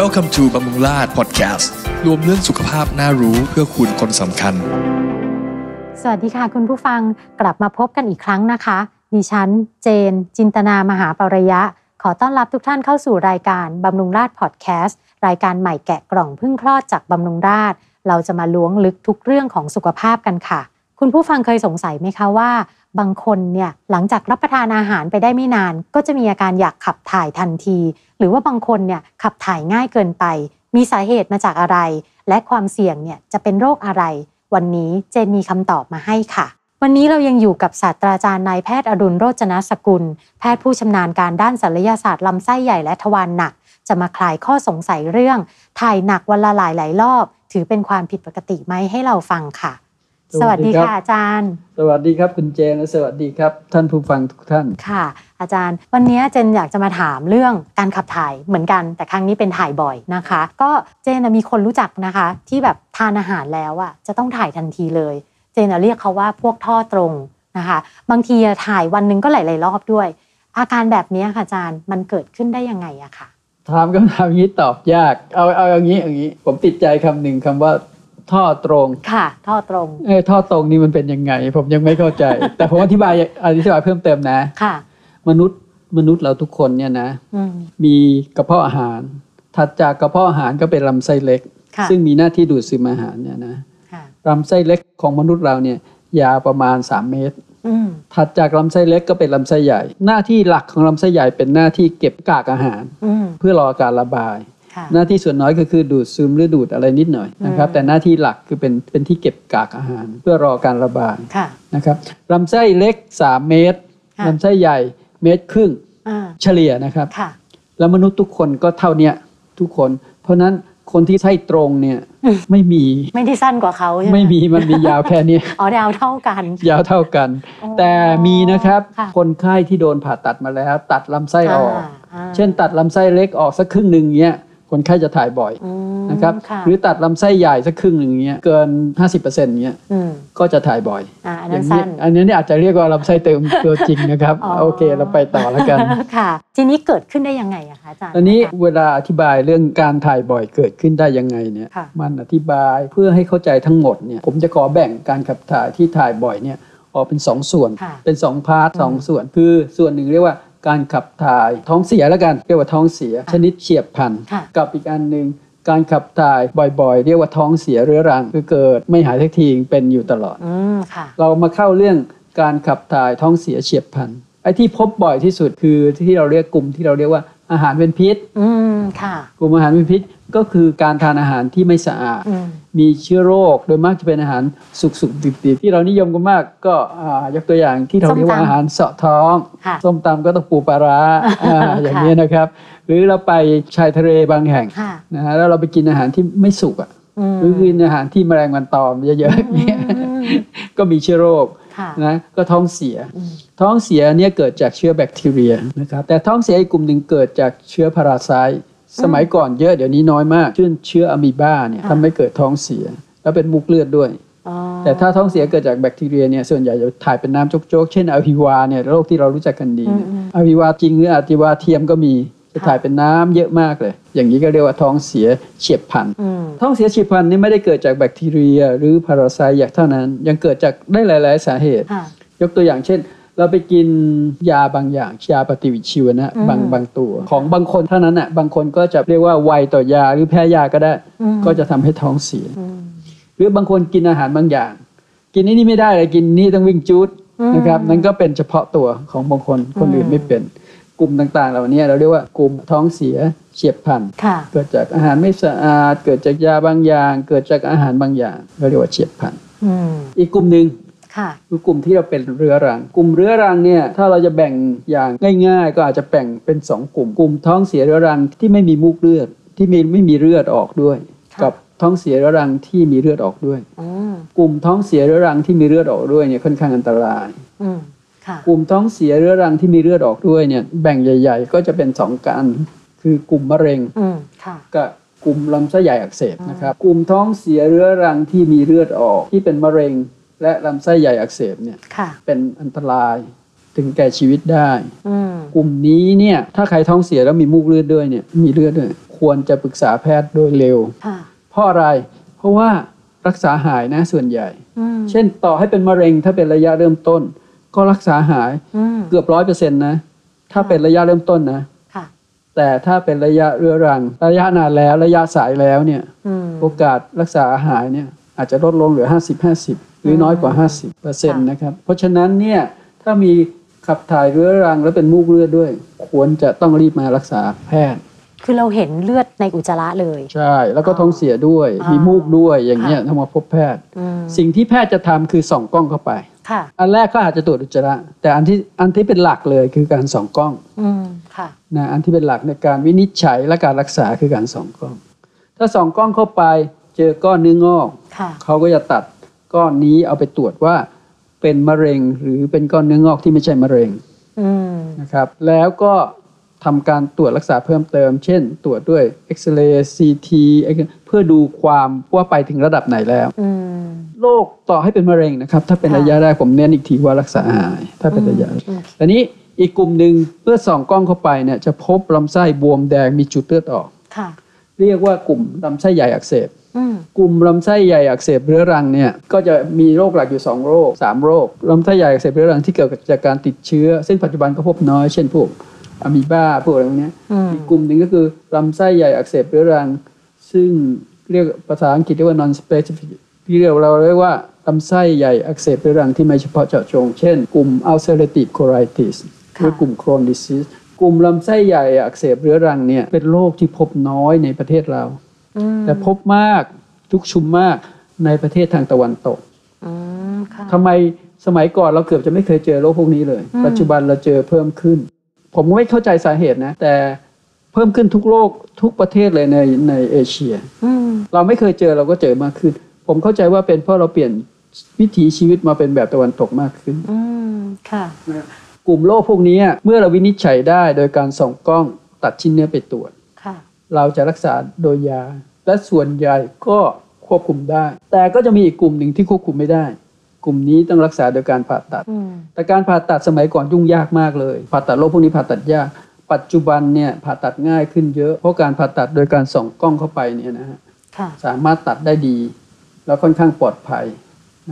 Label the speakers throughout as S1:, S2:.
S1: Welcome to บำรุงราษฎร์ Podcast รวมเรื่องสุขภาพน่ารู้เพื่อคุณคนสำคัญ
S2: สวัสดีค่ะคุณผู้ฟังกลับมาพบกันอีกครั้งนะคะ ดิฉัน เจน จินตนามหาปรยะ ขอต้อนรับทุกท่านเข้าสู่รายการบำรุงราชพอดแคสต์รายการใหม่แกะกล่องเพึ่งคลอดจากบำรุงราช เราจะมาล้วงลึกทุกเรื่องของสุขภาพกันค่ะ คุณผู้ฟังเคยสงสัยไหมคะว่า บางคนเนี่ยหลังจากรับประทานอาหารไปได้ไม่นาน ก็จะมีอาการอยากขับถ่ายทันที หรือว่าบางคนเนี่ยขับถ่ายง่ายเกินไป มีสาเหตุมาจากอะไร และความเสี่ยงเนี่ยจะเป็นโรคอะไร วันนี้เจนมีคำตอบมาให้ค่ะ วันนี้เรายังอยู่กับศาสตราจารย์นายแพทย์อดุลโรจนสกุล แพทย์ผู้ชำนาญการด้านศัลยศาสตร์ลำไส้ใหญ่และทวารหนัก จะมาคลายข้อสงสัยเรื่อง ถ่ายหนักวันละหลายหลายๆรอบ ถือเป็นความผิดปกติไหมให้เราฟังค่ะ ส
S3: สวั
S2: วัส
S3: สดี
S2: ดี
S3: ครับ
S2: ค่ะอาจารย์
S3: สวัสดีครับคุณเจนและสวัสดีครับ ท่านผู้ฟังทุกท่าน
S2: ค่ะ อาจารย์วันนี้เจนอยากจะมาถามเรื่องการขับถ่ายเหมือนกัน แต่ครั้งนี้เป็นถ่ายบ่อยนะคะ ก็เจนน่ะมีคนรู้จักนะคะ ที่แบบทานอาหารแล้วอ่ะจะต้องถ่ายทันทีเลย เจนน่ะเรียกเขาว่าพวกท่อตรงนะคะ บางทีอะถ่ายวันหนึงก็หลายๆรอบด้วย อาการแบบนี้ค่ะอาจารย์มันเกิดขึ้นได้ยังไงอะค่ะ
S3: ถามคำถามอย่างนี้ตอบยาก เอาเอาอย่างนี้อย่างนี้ ผมติดใจคำหนึ่งคำว่า ท่อตรง
S2: ค่ะ ท่อตรง
S3: เออท่อตรงนี่มันเป็นยังไง ผมยังไม่เข้าใจ แต่ผมอธิบายอธิบายเพิ่มเติมนะ
S2: ค่ะ
S3: มนุษย์มนุษย์เราทุกคนเนี่ยนะ
S2: อืม
S3: มีกระเพาะอาหาร ถัดจากกระเพาะอาหารก็เป็นลำไส้เล็ก
S2: ค่ะ
S3: ซึ่งมีหน้าที่ดูดซึมอาหารเนี่ยนะ
S2: ค่ะ
S3: ลำไส้เล็กของมนุษย์เราเนี่ยยาวประมาณ 3 เมตร
S2: อืม
S3: ถัดจากลำไส้เล็กก็เป็นลำไส้ใหญ่ หน้าที่หลักของลำไส้ใหญ่เป็นหน้าที่เก็บกากอาหาร
S2: อืม
S3: เพื่อรอการระบาย
S2: ค่ะ
S3: หน้าที่ส่วนน้อยก็คือดูดซึมหรือดูดอะไรนิดหน่อยนะครับ
S2: อืม
S3: แต่หน้าที่หลักคือเป็นเป็นที่เก็บกากอาหาร เพื่อรอการระบาย
S2: ค่ะ
S3: นะครับลำไส้เล็ก 3 เมตร
S2: ค่ะ
S3: ลำไส้ใหญ่เมตรครึ่ง
S2: อ่า
S3: เฉลี่ยนะครับ
S2: ค่ะ
S3: แล้วมนุษย์ทุกคนก็เท่าเนี้ยทุกคน เพราะฉะนั้นคนที่ไส้ตรงเนี่ย
S2: อืม
S3: ไม่มี
S2: ไม่ได้สั้นกว่าเขาใช่ไหม
S3: ไม่มีมันมียาวแค่เนี้ย
S2: อ๋อดาวเท่ากัน
S3: ยาวเท่ากัน
S2: อ๋อ
S3: แต่มีนะครับ
S2: ค่ะ
S3: คนไข้ที่โดนผ่าตัดมาแล้ว ตัดลำไส้ออก
S2: าอ่า
S3: เช่นตัดลำไส้เล็กออกสักครึ่งหนึ่งเงี้ยคนไข้จะถ่ายบ่อย
S2: อืม
S3: นะครับ
S2: ค่ะ
S3: หรือตัดลำไส้ใหญ่สักครึ่งหนึ่งเงี้ยเกิน 50%เงี้ย
S2: อืม
S3: ก็จะถ่ายบ่อย
S2: อ่าอัน
S3: อ
S2: นั้
S3: ย่าน ง
S2: สั้
S3: นี้
S2: น
S3: อันนี้เนี่ยอาจจะเรียกว่าลำไส้เติม ตัวจริงนะครับ
S2: อ๋อ
S3: โอเคเราไปต่อแล้วกัน
S2: ค่ะ ทีนี้เกิดขึ้นได้ยังไงอะคะอาจารย์
S3: ตอนนี้
S2: ค่ะ
S3: เวลาอธิบายเรื่องการถ่ายบ่อยเกิดขึ้นได้ยังไงเนี่ย
S2: ค่ะ
S3: มันอธิบายเพื่อให้เข้าใจทั้งหมดเนี่ยผมจะขอแบ่งการขับถ่ายที่ถ่ายบ่อยเนี่ยออกเป็นสองส่วน
S2: ค่ะ
S3: เป็นสองพาร์ทสองส่วนคือส่วนหนึ่งเรียกว่าการขับถ่ายท้องเสียแล้วกัน เรียกว่าท้องเสีย ชนิดเฉียบพลัน
S2: ค่ะ
S3: กับอีกอันหนึ่งการขับถ่ายบ่อยๆ เรียกว่าท้องเสียเรื้อรังคือเกิดไม่หายสักทีเป็นอยู่ตลอด
S2: อืมค่ะ
S3: เรามาเข้าเรื่องการขับถ่ายท้องเสียเฉียบพลันไอ้ที่พบบ่อยที่สุดคือที่เราเรียกกลุ่มที่เราเรียกว่าอาหารเป็นพิษ
S2: อืมค่ะ
S3: กลุ่มอาหารเป็นพิษก็คือการทานอาหารที่ไม่สะอาด
S2: อืม
S3: มีเชื้อโรคโดยมากจะเป็นอาหารสุกๆดิบๆที่เรานิยมกันมากก็อ่ายกตัวอย่างที่เราเรียกว่าอาหารเสาะท้อง
S2: ค่ะ
S3: ส้มตำก็ต้องปูปลาร้าอ่า
S2: ค่ะ
S3: อย่างนี้ยนะครับ หรือเราไปชายทะเลบางแห่ง
S2: ค่ะ
S3: นะฮะแล้วเราไปกินอาหารที่ไม่สุกอ่ะ
S2: อืม
S3: หรือกินอาหารที่แมลงวันตอมเยอะๆอย่างเงี้ย
S2: อืม
S3: ก็มีเชื้อโรค
S2: ค่ะ
S3: นะก็ท้องเสีย
S2: อืม
S3: ท้องเสียเนี่ยเกิดจากเชื้อแบคทีเรียนะครับแต่ท้องเสียอีกกลุ่มหนึ่งเกิดจากเชื้อพาราไซต์สมัยก่อนเยอะเดี๋ยวนี้น้อยมากเช่นเชื้ออะมีบาเนี่ยทำให้เกิดท้องเสีย แล้วเป็นมุกเลือดด้วย
S2: อ๋อ
S3: แต่ถ้าท้องเสียเกิดจากแบคทีเรียเนี่ยส่วนใหญ่จะถ่ายเป็นน้ำโจกๆ เช่นอหิวาเนี่ยโรคที่เรารู้จักกันดีเนี่ยอหิวาจริงหรืออหิวาเทียมก็มีจะถ่ายเป็นน้ำเยอะมากเลย อย่างนี้ก็เรียกว่าท้องเสียเฉียบพลัน
S2: อืม
S3: ท้องเสียเฉียบพลันนี่ไม่ได้เกิดจากแบคทีเรีย หรือพาราไซต์อย่างเท่านั้น ยังเกิดจากได้หลาย ๆ สาเหตุ
S2: ค่ะ
S3: ยกตัวอย่างเช่น เราไปกินยาบางอย่างยาปฏิวิชีวนะ
S2: อืม
S3: บางบางตัว ของบางคนเท่านั้นอ่ะบางคนก็จะเรียกว่าไวต่อยาหรือแพ้ยาก็ได้
S2: อืม
S3: ก็จะทำให้ท้องเสีย
S2: อืม
S3: หรือบางคนกินอาหารบางอย่าง กินนี่นี่ไม่ได้เลยกินนี่ต้องวิ่งจูด
S2: อืม
S3: นะครับนั่นก็เป็นเฉพาะตัวของบางคนคนอื่
S2: อื
S3: น
S2: ม
S3: ไม่เป็น กลุ่มต่างๆ เหล่านี้เราเรียกว่ากลุ่มท้องเสียเฉียบพลัน
S2: ค่ะ
S3: เกิดจากอาหารไม่สะอาด เกิดจากยาบางอย่าง เกิดจากอาหารบางอย่างเราเรียกว่าเฉียบพลัน
S2: อืม
S3: อีกกลุ่มหนึ่ง
S2: ค่ะ
S3: คือกลุ่มที่เราเป็นเรื้อรัง กลุ่มเรื้อรังเนี่ยถ้าเราจะแบ่งอย่างง่าย ๆ ก็อาจจะแบ่งเป็น 2 กลุ่ม กลุ่มท้องเสียเรื้อรังที่ไม่มีมูกเลือดที่มีไม่มีเลือดออกด้วย
S2: ะ
S3: กับท้องเสียเรื้อรังที่มีเลือดออกด้วย
S2: อืม
S3: กลุ่มท้องเสียเรื้อรังที่มีเลือดออกด้วยเนี่ยค่อนข้างอันตราย
S2: อืมค่ะ
S3: กลุ่มท้องเสียเรื้อรังที่มีเลือดออกด้วยเนี่ยแบ่งใหญ่ ๆ ก็จะเป็นสองกันคือกลุ่มมะเร็ง
S2: อืมค่ะ
S3: กับกลุ่มลำไส้ใหญ่อักเสบนะครับ กลุ่มท้องเสียเรื้อรังที่มีเลือดออก ที่เป็นมะเร็ง และลำไส้ใหญ่อักเสบเนี่ย
S2: ค่ะ
S3: เป็นอันตรายถึงแก่ชีวิตได้
S2: อืม
S3: กลุ่มนี้เนี่ยถ้าใครท้องเสียแล้วมีมูกเลือดด้วยเนี่ยมีเลือดด้วย ค ควรจะปรึกษาแพทย์โดยเร็ว
S2: ค่ะ
S3: เพราะอะไร เพราะว่ารักษาหายนะส่วนใหญ่
S2: อืม
S3: เช่นต่อให้เป็นมะเร็งถ้าเป็นระยะเริ่มต้น ก็รักษาหาย
S2: อืม
S3: เกือบร้อยเปอร์เซ็นต์นะ ถ้าเป็นระยะเริ่มต้นนะ
S2: ค่ะ
S3: แต่ถ้าเป็นระยะเรื้อรัง ระยะนานแล้วระยะสายแล้วเนี่ย
S2: อืม
S3: โอกาสรักษาหายเนี่ยอาจจะลดลงเหลือ 50 50 หรือน้อยกว่า 50เปอร์เซ็นต์นะครับ เพราะฉะนั้นเนี่ยถ้ามีขับถ่ายเรื้อรังแล้วเป็นมูกเลือดด้วย ควรจะต้องรีบมารักษาแพทย์
S2: คือเราเห็นเลือดในอุจจาระเลย
S3: ใช่ แล้วก็ท้องเสียด้วย
S2: อ๋อ
S3: มีมูกด้วยอย่างเงี้ย
S2: ค่ะ
S3: ต้องมาพบแพทย์
S2: อืม
S3: สิ่งที่แพทย์จะทำคือส่องกล้องเข้าไป
S2: ค่ะ
S3: อันแรกก็อาจจะตรวจอุจจาระ แต่อันที่อันที่เป็นหลักเลยคือการส่องกล้อง
S2: อืมค่ะ
S3: นะอันที่เป็นหลักในการวินิจฉัยและการรักษาคือการส่องกล้อง ถ้าส่องกล้องเข้าไปเจอก้อนเนื้องอก
S2: ค่ะ
S3: เขาก็จะตัดก้อนนี้เอาไปตรวจว่าเป็นมะเร็งหรือเป็นก้อนเนื้องอกที่ไม่ใช่มะเร็ง
S2: อืม
S3: นะครับ แล้วก็ทำการตรวจรักษาเพิ่มเติม เช่น ตรวจด้วยเอ็กซเรย์ซีทีเพื่อดูความว่าไปถึงระดับไหนแล้ว
S2: อืม
S3: โรคต่อให้เป็นมะเร็งนะครับ ถ้าเป็นระยะแรกผมเน้นอีกทีว่ารักษาหาย ถ้าเป็นระยะแรก
S2: อืม
S3: แต่นี้อีกกลุ่มหนึ่งเมื่อส่องกล้องเข้าไปเนี่ยจะพบลำไส้บวมแดงมีจุดเลือดออก
S2: ค่ะ
S3: เรียกว่ากลุ่มลำไส้ใหญ่อักเสบ
S2: อืม
S3: กลุ่มลำไส้ใหญ่อักเสบเรื้อรังเนี่ยก็จะมีโรคหลักอยู่ 2 โรค 3 โรคลำไส้ใหญ่อักเสบเรื้อรังที่เกิดจากการติดเชื้อ ซึ่งปัจจุบันก็พบน้อย เช่นพวกอะมีบ้าพวกอะไรพวกเนี้ย
S2: อืม
S3: อีกกลุ่มหนึ่งก็คือลำไส้ใหญ่อักเสบเรื้อรัง ซึ่งเรียกภาษาอังกฤษเรียกว่า non specific ที่เรียกเราเรียกว่าลำไส้ใหญ่อักเสบเรื้อรังที่ไม่เฉพาะเจาะจง เช่น กลุ่ม ulcerative colitis หรือกลุ่ม Crohn's disease กลุ่มลำไส้ใหญ่อักเสบเรื้อรังเนี่ยเป็นโรคที่พบน้อยในประเทศเรา
S2: อืม
S3: แต่พบมากทุกชุมมากในประเทศทางตะวันตก
S2: อืมค่ะ
S3: ทำไมสมัยก่อนเราเกือบจะไม่เคยเจอโรคพวกนี้เลย
S2: อืม
S3: ปัจจุบันเราเจอเพิ่มขึ้น ผมก็ไม่เข้าใจสาเหตุนะ แต่เพิ่มขึ้นทุกโลกทุกประเทศเลยในในเอเชีย
S2: อืม
S3: เราไม่เคยเจอเราก็เจอมากขึ้น ผมเข้าใจว่าเป็นเพราะเราเปลี่ยนวิถีชีวิตมาเป็นแบบตะวันตกมากขึ้น
S2: อืมค่ะ
S3: กลุ่มโรคพวกนี้เมื่อเราวินิจฉัยได้โดยการส่องกล้องตัดชิ้นเนื้อไปตรวจ
S2: ค่ะ
S3: เราจะรักษาโดยยา และส่วนใหญ่ก็ควบคุมได้ แต่ก็จะมีอีกกลุ่มหนึ่งที่ควบคุมไม่ได้ กลุ่มนี้ต้องรักษาโดยการผ่าตัด
S2: อืม
S3: แต่การผ่าตัดสมัยก่อนยุ่งยากมากเลย ผ่าตัดโรคพวกนี้ผ่าตัดยาก ปัจจุบันเนี่ยผ่าตัดง่ายขึ้นเยอะเพราะการผ่าตัดโดยการส่องกล้องเข้าไปเนี่ยนะฮะ
S2: ค่ะ
S3: สามารถตัดได้ดี แล้วค่อนข้างปลอดภัย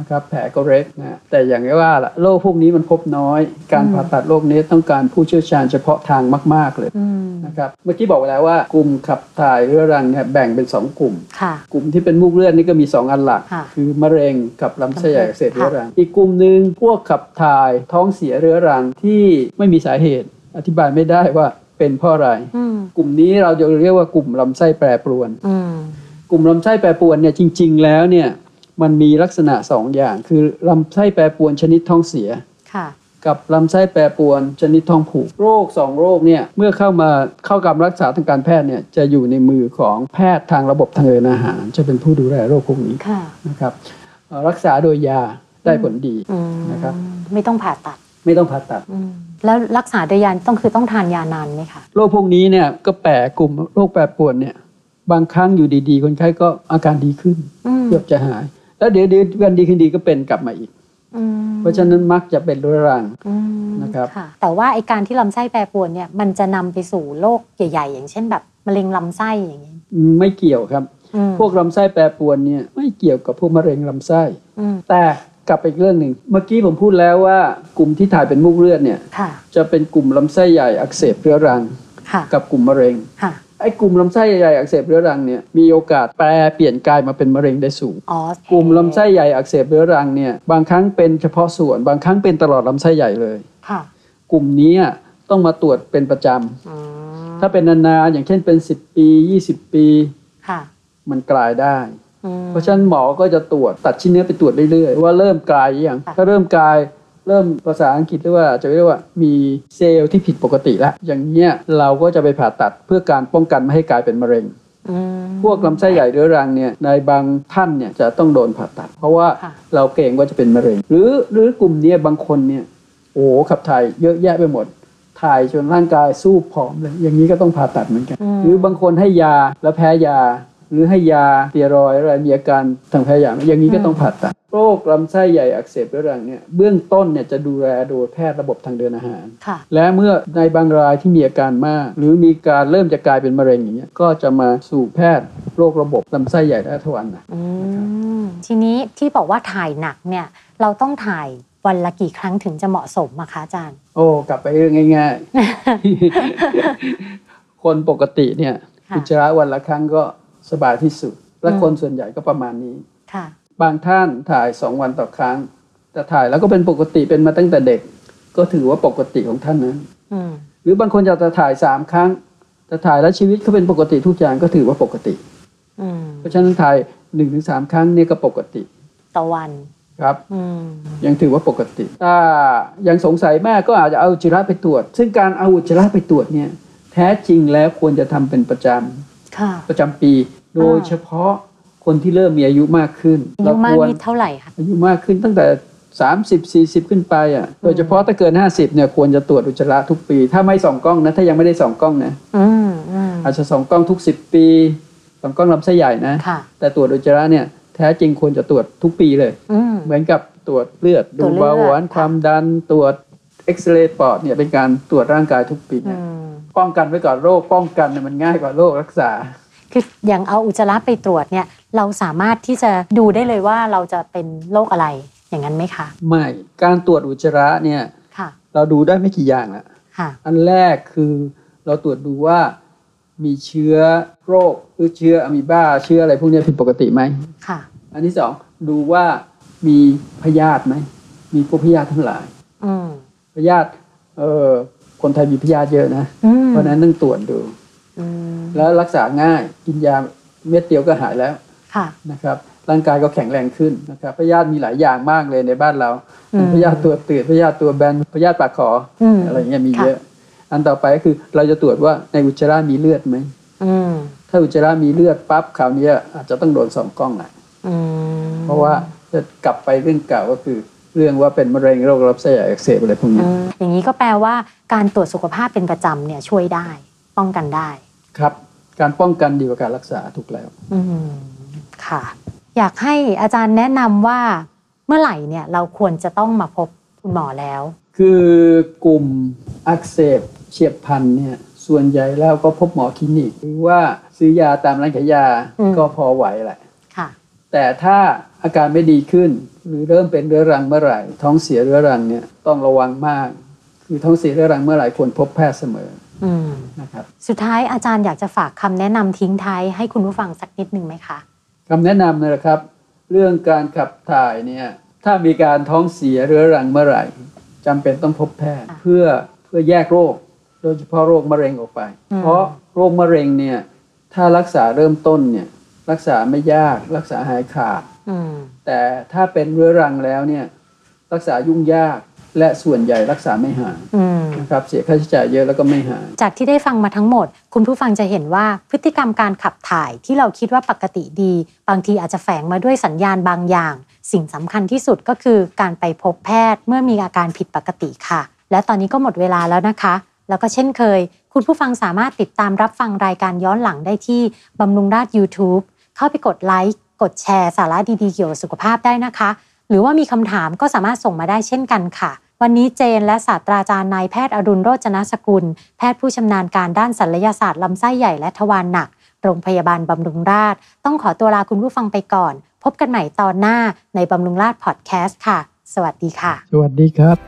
S3: นะครับแผลก็เล็กนะแต่อย่างที่ว่าละโรคพวกนี้มันพบน้อย การผ่าตัดโรคนี้ต้องการผู้เชี่ยวชาญเฉพาะทางมากๆเลย
S2: อืม
S3: นะครับเมื่อกี้บอกไว้แล้วว่ากลุ่มขับถ่ายเรื้อรังเนี่ยแบ่งเป็น 2 กลุ่ม
S2: ค่ะ
S3: กลุ่มที่เป็นมูกเลือดนี่ก็มี 2 อันหลัก
S2: ค่ะ
S3: คือมะเร็งกับลำไส้ใหญ่อักเสบ
S2: ค่ะ
S3: เรื้อรัง อีกกลุ่มหนึ่งพวกขับถ่ายท้องเสียเรื้อรังที่ไม่มีสาเหตุ อธิบายไม่ได้ว่าเป็นเพราะอะไร
S2: อืม
S3: กลุ่มนี้เราจะเรียกว่ากลุ่มลำไส้แปรปรวน
S2: อืม
S3: กลุ่มลำไส้แปรปรวนเนี่ยจริง ๆ แล้วเนี่ยมันมีลักษณะสองอย่าง คือลำไส้แปรปรวนชนิดท้องเสีย
S2: ค่ะ
S3: กับลำไส้แปรปรวนชนิดท้องผูก โรค 2 โรคเนี่ยเมื่อเข้ามาเข้าการรักษาทางการแพทย์เนี่ยจะอยู่ในมือของแพทย์ทางระบบทางเดินอาหาร จะเป็นผู้ดูแลโรคพวกนี้
S2: ค่ะ
S3: นะครับเอ่อรักษาโดยยาได้ผลดี
S2: อืม
S3: นะครับ
S2: ไม่ต้องผ่าตัด
S3: ไม่ต้องผ่าตัด
S2: อืมแล้วรักษาโดยยาต้องคือต้องทานยานานไหมคะ
S3: โรคพวกนี้เนี่ยก็แปรกลุ่มโรคแปรปรวนเนี่ยบางครั้งอยู่ดีๆ คนไข้ก็อาการดีขึ้น
S2: อืม
S3: เกือบจะหาย แล้วเดี๋ยวเดี๋ยววันดีคืนดีก็เป็นกลับมาอีก
S2: อืม
S3: เพราะฉะนั้นมักจะเป็นเรื้อรัง
S2: อืม
S3: นะครับ
S2: แต่ว่าไอการที่ลำไส้แปรปรวนเนี่ยมันจะนำไปสู่โรคใหญ่ ๆ อย่างเช่นแบบมะเร็งลำไส้อย่างนี้
S3: ไม่เกี่ยวครับ
S2: อืม
S3: พวกลำไส้แปรปรวนเนี่ยไม่เกี่ยวกับพวกมะเร็งลำไส้
S2: อืม
S3: แต่กลับไปอีกเรื่องหนึ่งเมื่อกี้ผมพูดแล้วว่ากลุ่มที่ถ่ายเป็นมูกเลือดเนี่ย
S2: ค่ะ
S3: จะเป็นกลุ่มลำไส้ใหญ่อักเสบเรื้อรัง
S2: ค่ะ
S3: กับกลุ่มมะเร็ง
S2: ค่ะ
S3: ไอ้กลุ่มลำไส้ใหญ่อักเสบเรื้อรังเนี่ยมีโอกาสแปรเปลี่ยนกลายมาเป็นมะเร็งได้สูง
S2: อ๋อก
S3: ลุ่มลำไส้ใหญ่อักเสบเรื้อรังเนี่ยบางครั้งเป็นเฉพาะส่วน บางครั้งเป็นตลอดลำไส้ใหญ่เลย
S2: ค่ะ
S3: กลุ่มเนี้ยต้องมาตรวจเป็นประจ
S2: อืม
S3: ำถ้าเป็นนานๆอย่างเช่นเป็น 10 ปี 20 ปี
S2: ค่ะ
S3: มันกลายได้
S2: อืม
S3: เพราะฉะนั้นหมอก็จะตรวจตัดชิ้นเนื้อไปตรวจเรื่อยๆว่าเริ่มกลายหรือยัง
S2: ค่ะ
S3: ถ้าเริ่มกลายเริ่มภาษาอังกฤษเรียกว่าจะเรียกว่ามีเซลล์ที่ผิดปกติแล้วอย่างเนี้ยเราก็จะไปผ่าตัดเพื่อการป้องกันไม่ให้กลายเป็นมะเร็ง
S2: อืม
S3: พวกลำไส้ใหญ่เรื้อรังเนี่ยในบางท่านเนี่ยจะต้องโดนผ่าตัด เพราะว่า
S2: ค่ะ
S3: เราเกรงว่าจะเป็นมะเร็ง หรือหรือกลุ่มเนี้ยบางคนเนี่ยโอ้โหขับถ่ายเยอะแยะไปหมด ถ่ายจนร่างกายสู้ผอมเลยอย่างนี้ก็ต้องผ่าตัดเหมือนกัน
S2: อืม
S3: หรือบางคนให้ยาแล้วแพ้ยาโห หรือให้ยาสเตียรอยด์อะไรมีอาการทางแพ้ยาอย่างนี้ก็ต้องผ่าตัดโรคลำไส้ใหญ่อักเสบเรื้อรังเนี่ยเบื้องต้นเนี่ยจะดูแลโดยแพทย์ระบบทางเดินอาหาร
S2: ค่ะ
S3: และเมื่อในบางรายที่มีอาการมาก หรือมีการเริ่มจะกลายเป็นมะเร็งอย่างเงี้ยก็จะมาสู่แพทย์โรคระบบลำไส้ใหญ่และทวารหนัก
S2: อืมทีนี้ที่บอกว่าถ่ายหนักเนี่ย เราต้องถ่ายวันละกี่ครั้งถึงจะเหมาะสมอะคะอาจารย์
S3: โอ้กลับไปเรื่องง่าย ๆ คนปกติเนี่ย
S2: ค่ะ
S3: อุจจาระวันละครั้งก็สบายที่สุด และคนส่วนใหญ่ก็ประมาณนี้
S2: ค่ะ
S3: บางท่านถ่ายสองวันต่อครั้ง แต่ถ่ายแล้วก็เป็นปกติเป็นมาตั้งแต่เด็ก ก็ถือว่าปกติของท่านนั้น
S2: อืม
S3: หรือบางคนอยากจะถ่ายสามครั้งแต่ถ่ายแล้วชีวิตเขาเป็นปกติทุกอย่างก็ถือว่าปกติ
S2: อืม
S3: เพราะฉะนั้นถ่ายหนึ่งถึงสามครั้งเนี่ยก็ปกติ
S2: ต่อวัน
S3: ครับ
S2: อืม
S3: ยังถือว่าปกติ ถ้ายังสงสัยแม่ก็อาจจะเอาอุจจาระไปตรวจ ซึ่งการเอาอุจจาระไปตรวจเนี่ยแท้จริงแล้วควรจะทำเป็นประจำ
S2: ค่ะ
S3: ประจำปี โดยเฉพาะคนที่เริ่มมีอายุมากขึ้น
S2: อายุ
S3: เรา
S2: มาก
S3: ควร
S2: นี่เท่าไหร่คะ
S3: อายุมากขึ้นตั้งแต่ 30 40 ขึ้นไปอ่ะ โดยเฉพาะถ้าเกิน 50เนี่ยควรจะตรวจอุจจาระทุกปี ถ้าไม่ส่องกล้องนะ ถ้ายังไม่ได้ส่องกล้องนะ
S2: อืมอืม
S3: อาจจะส่องกล้องทุก 10 ปีส่องกล้องลำไส้ใหญ่นะ
S2: ค่ะ
S3: แต่ตรวจอุจจาระเนี่ยแท้จริงควรจะตรวจทุกปีเลย
S2: อืม
S3: เหมือนกับตรวจเลือด
S2: ตร
S3: ดู
S2: วจเลือด
S3: เบาหวานความดันตรวจเอ็กซเรย์ปอดเนี่ยเป็นการตรวจร่างกายทุกปี
S2: อื
S3: นะ
S2: ม
S3: ป้องกันไว้ก่อนโรคป้องกันเนี่ยมันง่ายกว่าโรครักษา
S2: คืออย่างเอาอุจจาระไปตรวจเนี่ย เราสามารถที่จะดูได้เลยว่าเราจะเป็นโรคอะไรอย่างนั้นไหมคะ
S3: ไม่การตรวจอุจจาระเนี่ย
S2: ค่ะ
S3: เราดูได้ไม่กี่อย่างละ
S2: ค่ะ
S3: อันแรกคือเราตรวจดูว่ามีเชื้อโรคหรือเชื้ออะมีบ้าเชื้ออะไรพวกเนี้ยผิดปกติไหม
S2: ค่ะ
S3: อันที่สองดูว่ามีพยาธิไหม มีพวกพยาธิทั้งหลาย
S2: อืม
S3: พยาธิเออคนไทยมีพยาธิเยอะนะ
S2: อืม
S3: เพราะฉะนั้นต้องตรวจดู
S2: อืม
S3: แล้วรักษาง่าย กินยาเม็ดเดียวก็หายแล้ว
S2: ค่ะ
S3: นะครับ ร่างกายก็แข็งแรงขึ้นนะครับพยาธิมีหลายอย่างมากเลยในบ้านเรา
S2: อืม
S3: พยาธิตัวตืดพยาธิตัวแบนพยาธิปากขอ
S2: อืม
S3: อะไรเงี้ยมี
S2: ค่ะ
S3: เยอะ อันต่อไปก็คือเราจะตรวจว่าในอุจจาระมีเลือดไหม
S2: อืม
S3: ถ้าอุจจาระมีเลือดปั๊บคราวเนี้ยอาจจะต้องโดนสองกล้องหน่อย
S2: อืม
S3: เพราะว่าจะกลับไปเรื่องเก่าก็คือ เรื่องว่าเป็นมะเร็งโรครับไส้ใหญ่อักเสบอะไรพวก
S2: อื
S3: เนี้ย
S2: มอย่างนี้ก็แปลว่าการตรวจสุขภาพเป็นประจำเนี่ยช่วยได้ ป้องกันได้
S3: ครับ การป้องกันดีกว่าการรักษาถูกแล้ว
S2: อืมค่ะ อยากให้อาจารย์แนะนำว่าเมื่อไหร่เนี่ยเราควรจะต้องมาพบคุณหมอแล้ว
S3: คือกลุ่มอักเสบเฉียบพลันเนี่ยส่วนใหญ่แล้วก็พบหมอคลินิก หรือว่าซื้อยาตามร้านขายยา
S2: อืม
S3: ก็พอไหวแหละ
S2: ค่ะ
S3: แต่ถ้าอาการไม่ดีขึ้น หรือเริ่มเป็นเรื้อรังเมื่อไหร่ ท้องเสียเรื้อรังเนี่ยต้องระวังมาก คือท้องเสียเรื้อรังเมื่อไหร่ควรพบแพทย์เสมอ
S2: อืม
S3: นะครับ
S2: สุดท้ายอาจารย์อยากจะฝากคำแนะนำทิ้งท้ายให้คุณผู้ฟังสักนิดหนึ่งไหมคะ
S3: คำแนะนำนะครับ เรื่องการขับถ่ายเนี่ยถ้ามีการท้องเสียเรื้อรังเมื่อไหร่จำเป็นต้องพบแพทย์
S2: ค่ะ
S3: เพื่อเพื่อแยกโรค โดยเฉพาะโรคมะเร็งออกไป
S2: อืม
S3: เพราะโรคมะเร็งเนี่ยถ้ารักษาเริ่มต้นเนี่ยรักษาไม่ยากรักษาหายขาด
S2: อืม
S3: แต่ถ้าเป็นเรื้อรังแล้วเนี่ยรักษายุ่งยากและส่วนใหญ่รักษาไม่หาย
S2: อืม
S3: นะครับเสียค่าใช้จ่ายเยอะแล้วก็ไม่หาย
S2: จากที่ได้ฟังมาทั้งหมด คุณผู้ฟังจะเห็นว่าพฤติกรรมการขับถ่ายที่เราคิดว่าปกติดี บางทีอาจจะแฝงมาด้วยสัญญาณบางอย่าง สิ่งสำคัญที่สุดก็คือการไปพบแพทย์เมื่อมีอาการผิดปกติค่ะ และตอนนี้ก็หมดเวลาแล้วนะคะ แล้วก็เช่นเคย คุณผู้ฟังสามารถติดตามรับฟังรายการย้อนหลังได้ที่บำรุงราช YouTube เข้าไปกดไลค์กดแชร์สาระดีๆเกี่ยวกับสุขภาพได้นะคะ หรือว่ามีคำถามก็สามารถส่งมาได้เช่นกันค่ะ วันนี้เจนและศาสตราจารย์นายแพทย์อรุณโรจนสกุล แพทย์ผู้ชำนาญการด้านศัลยศาสตร์ลำไส้ใหญ่และทวารหนัก โรงพยาบาลบำรุงราษฎร์ต้องขอตัวลาคุณผู้ฟังไปก่อน พบกันใหม่ตอนหน้าในบำรุงราษฎร์พอดแคสต์ค่ะ สวัสดีค่ะ
S3: สวัสดีครับ